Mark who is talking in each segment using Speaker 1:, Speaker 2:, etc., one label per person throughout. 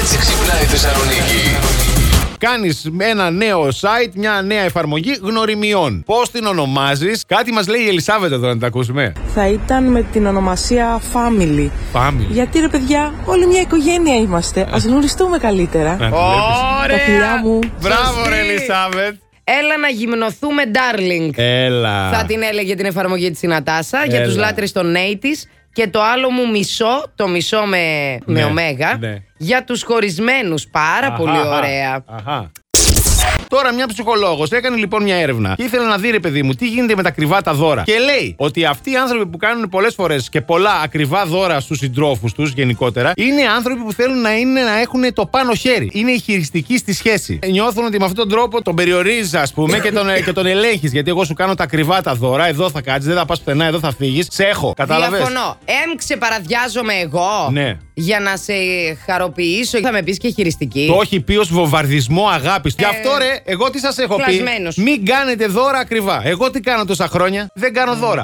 Speaker 1: έτσι ξυπνάει η Θεσσαλονίκη.
Speaker 2: Κάνεις ένα νέο site, μια νέα εφαρμογή γνωριμιών. Πώς την ονομάζεις, κάτι μας λέει η Ελισάβετ εδώ να τα ακούσουμε.
Speaker 3: θα ήταν με την ονομασία Family.
Speaker 2: Πάμε.
Speaker 3: Γιατί ρε παιδιά, όλη μια οικογένεια είμαστε. Ας γνωριστούμε καλύτερα.
Speaker 2: Να τη βλέπεις.
Speaker 3: Τα φιλιά
Speaker 4: Ωραία.
Speaker 3: μου.
Speaker 2: Μπράβο, ρε
Speaker 4: Σωστή.
Speaker 2: Ελισάβετ.
Speaker 4: Έλα να γυμνοθούμε, darling.
Speaker 2: Έλα.
Speaker 4: Θα την έλεγε την εφαρμογή της Συνατάσα για
Speaker 2: Έλα.
Speaker 4: του λάτρες των 80s και το άλλο μου μισό, το μισό με,
Speaker 2: Ναι,
Speaker 4: με ωμέγα,
Speaker 2: ναι.
Speaker 4: για τους χωρισμένους. Πάρα
Speaker 2: Αχα,
Speaker 4: πολύ
Speaker 2: αχα,
Speaker 4: ωραία.
Speaker 2: αχα. Τώρα μια ψυχολόγος έκανε λοιπόν μια έρευνα. Ήθελε να δει, ρε παιδί μου, τι γίνεται με τα ακριβά τα δώρα. Και λέει ότι αυτοί οι άνθρωποι που κάνουν πολλές φορές και πολλά ακριβά δώρα στους συντρόφους τους γενικότερα, είναι άνθρωποι που θέλουν να, είναι, να έχουν το πάνω χέρι. Είναι οι χειριστικοί στη σχέση. Νιώθουν ότι με αυτόν τον τρόπο τον περιορίζεις, ας πούμε, και τον, και τον ελέγχεις. Γιατί εγώ σου κάνω τα ακριβά τα δώρα, εδώ θα κάτσεις, δεν θα πας πουθενά, εδώ θα φύγεις. Σε έχω. Κατάλαβες.
Speaker 4: Διαφωνώ. Έμξε παραδιάζομαι εγώ
Speaker 2: Ναι.
Speaker 4: για να σε χαροποιήσω. Θα με πεις και χειριστική.
Speaker 2: Το έχει πει ως βομβαρδισμό αγάπης.
Speaker 4: Ε.
Speaker 2: Γι' αυτό ρε, εγώ τι σας έχω πει.
Speaker 4: κλασμένος.
Speaker 2: Μην κάνετε δώρα ακριβά. Εγώ τι κάνω τόσα χρόνια. Δεν κάνω δώρα.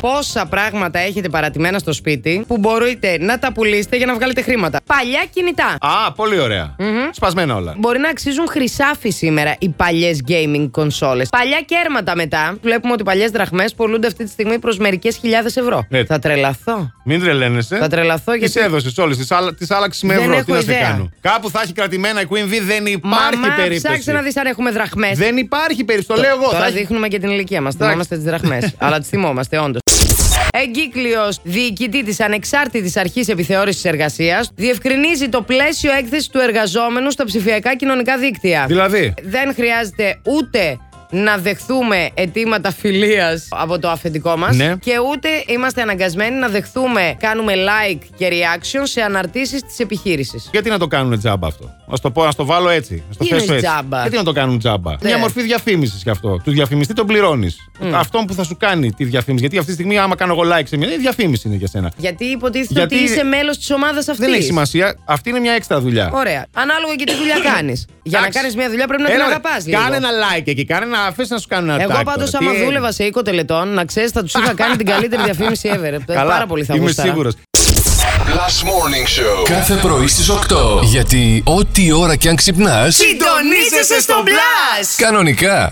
Speaker 4: Πόσα πράγματα έχετε παρατημένα στο σπίτι που μπορείτε να τα πουλήσετε για να βγάλετε χρήματα. Παλιά κινητά.
Speaker 2: Α, πολύ ωραία. Σπασμένα όλα.
Speaker 4: Μπορεί να αξίζουν χρυσάφι σήμερα οι παλιές gaming κονσόλε. Παλιά κέρματα μετά. Βλέπουμε ότι παλιές δραχμές πουλούνται αυτή τη στιγμή προς μερικές χιλιάδες ευρώ.
Speaker 2: Ναι.
Speaker 4: Θα τρελαθώ.
Speaker 2: Μην τρελαίνεσαι.
Speaker 4: Θα τρελαθώ
Speaker 2: Τις
Speaker 4: γιατί-
Speaker 2: έδωσες όλες, τις άλλαξες με
Speaker 4: Δεν
Speaker 2: ευρώ. Τι
Speaker 4: έχω
Speaker 2: να σε
Speaker 4: ιδέα.
Speaker 2: κάνω. Κάπου θα έχει κρατημένα η Queen V, δεν υπάρχει
Speaker 4: Μαμά,
Speaker 2: περίπτωση.
Speaker 4: ψάξε να δεις αν έχουμε δραχμές.
Speaker 2: Δεν υπάρχει περίπτωση. Το λέω εγώ.
Speaker 4: Τώρα
Speaker 2: θα έχει-
Speaker 4: δείχνουμε και την ηλικία μας.
Speaker 2: Εντάξει.
Speaker 4: Θυμόμαστε τις δραχμές. Αλλά τις θυμόμαστε, όντως. Εγκύκλιος διοικητή της ανεξάρτητης αρχής επιθεώρησης εργασίας διευκρινίζει το πλαίσιο έκθεσης του εργαζόμενου στα ψηφιακά κοινωνικά δίκτυα.
Speaker 2: Δηλαδή.
Speaker 4: δεν χρειάζεται ούτε να δεχθούμε αιτήματα φιλίας από το αφεντικό μας.
Speaker 2: Ναι.
Speaker 4: Και ούτε είμαστε αναγκασμένοι να δεχθούμε, κάνουμε like και reaction σε αναρτήσεις της επιχείρησης.
Speaker 2: Γιατί να το κάνουν τζάμπα αυτό. Ας το, πω, ας το βάλω έτσι. Ας το
Speaker 4: Τι
Speaker 2: θέσω
Speaker 4: είναι
Speaker 2: έτσι.
Speaker 4: τζάμπα?
Speaker 2: Γιατί να το κάνουν τζάμπα.
Speaker 4: Ναι. Mm.
Speaker 2: Μια μορφή διαφήμισης κι αυτό. Του διαφημιστή τον πληρώνεις. Αυτόν που θα σου κάνει τη διαφήμιση. Γιατί αυτή τη στιγμή, άμα κάνω εγώ like σε μια. ε, διαφήμιση είναι για σένα.
Speaker 4: Γιατί υποτίθεται
Speaker 2: Γιατί
Speaker 4: ότι είσαι μέλος της ομάδας αυτή.
Speaker 2: Δεν έχει σημασία. Αυτή είναι μια έξτρα δουλειά.
Speaker 4: Ωραία. Ανάλογα και τι δουλειά κάνεις. Για να
Speaker 2: Εντάξει.
Speaker 4: κάνεις μια δουλειά πρέπει να την
Speaker 2: Έλα,
Speaker 4: αγαπάς.
Speaker 2: Κάνε ένα like εκεί. Κάνε ένα. Αφήσεις να σου κάνουν ένα
Speaker 4: Εγώ
Speaker 2: tag
Speaker 4: πάντως,
Speaker 2: τώρα.
Speaker 4: άμα
Speaker 2: Τι-
Speaker 4: δούλευα σε 20 τελετών, να ξέρεις, θα τους είχα κάνει την καλύτερη διαφήμιση ever.
Speaker 2: Καλά,
Speaker 4: Πάρα πολύ θα
Speaker 2: Είμαι
Speaker 4: γούσταρα.
Speaker 2: σίγουρος.
Speaker 1: Last Morning Show.
Speaker 5: Κάθε πρωί στις 8. Γιατί ό,τι ώρα κι αν ξυπνάς,
Speaker 4: Συντονίζεσαι στο μπλα!
Speaker 5: κανονικά.